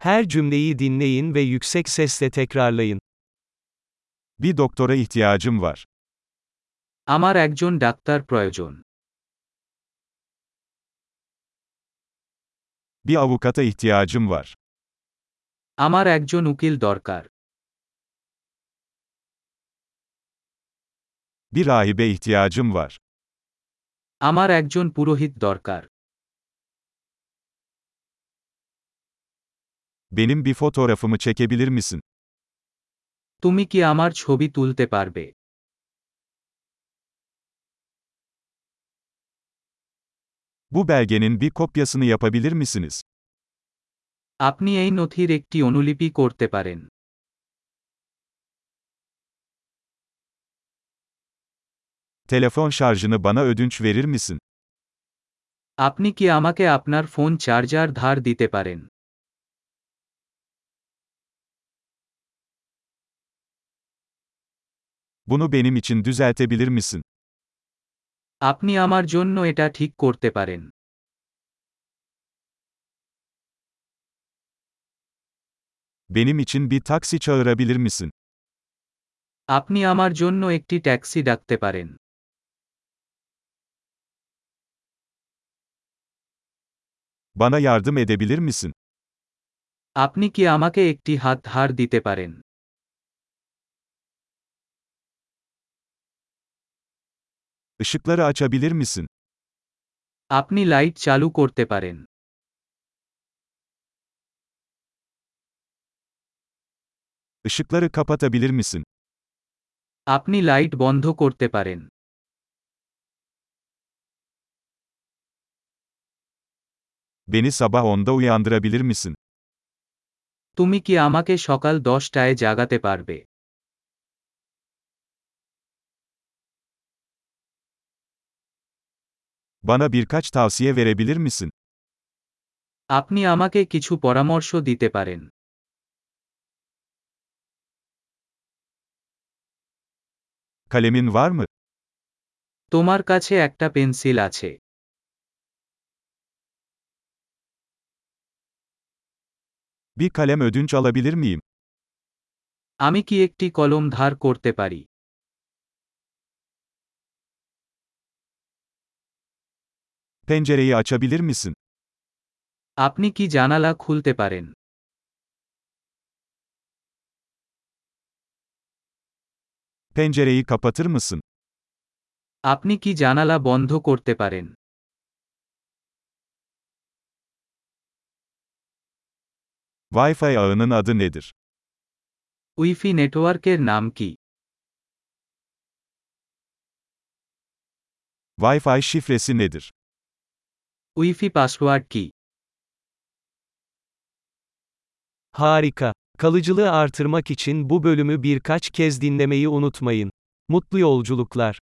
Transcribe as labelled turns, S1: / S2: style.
S1: Her cümleyi dinleyin ve yüksek sesle tekrarlayın.
S2: Bir doktora ihtiyacım var.
S3: আমার একজন doctor প্রয়োজন
S2: Bir avukata ihtiyacım var.
S3: আমার একজন উকিল দরকার
S2: Bir rahibe ihtiyacım var.
S3: আমার একজন পুরোহিত দরকার
S2: Benim bir fotoğrafımı çekebilir misin?
S3: তুমি কি আমার ছবি তুলতে পারবে
S2: Bu belgenin bir kopyasını yapabilir misiniz?
S3: আপনি এই নথির একটি অনুলিপি করতে পারেন
S2: Telefon şarjını bana ödünç verir misin?
S3: আপনি কি আমাকে আপনার ফোন চার্জার ধার দিতে পারেন
S2: Bunu benim için düzeltebilir misin?
S3: আপনি আমার জন্য এটা ঠিক করতে পারেন
S2: Benim için bir taksi çağırabilir misin?
S3: আপনি আমার জন্য একটি ট্যাক্সি ডাকতে পারেন
S2: Bana yardım edebilir misin?
S3: আপনি কি আমাকে একটি হাত ধার দিতে পারেন
S2: Işıkları açabilir misin?
S3: আপনি লাইট চালু করতে পারেন
S2: Işıkları kapatabilir misin?
S3: আপনি লাইট বন্ধ করতে পারেন
S2: Beni sabah 10'da uyandırabilir misin?
S3: তুমি কি আমাকে সকাল দশটায় জাগাতে পারবে
S2: Bana birkaç tavsiye verebilir misin?
S3: আপনি আমাকে কিছু পরামর্শ দিতে পারেন
S2: Kalemin var mı?
S3: তোমার কাছে একটা পেন্সিল আছে
S2: Bir kalem ödünç alabilir miyim?
S3: আমি কি একটি কলম ধার করতে পারি
S2: Pencereyi açabilir misin?
S3: আপনি কি জানালা খুলতে পারেন
S2: Pencereyi kapatır mısın?
S3: আপনি কি জানালা বন্ধ করতে পারেন
S2: Wi-Fi ağının adı nedir?
S3: Wi-Fi নেটওয়ার্কের নাম কি
S2: Wi-Fi şifresi nedir?
S3: Wifi password কি
S1: Harika. Kalıcılığı artırmak için bu bölümü birkaç kez dinlemeyi unutmayın. Mutlu yolculuklar.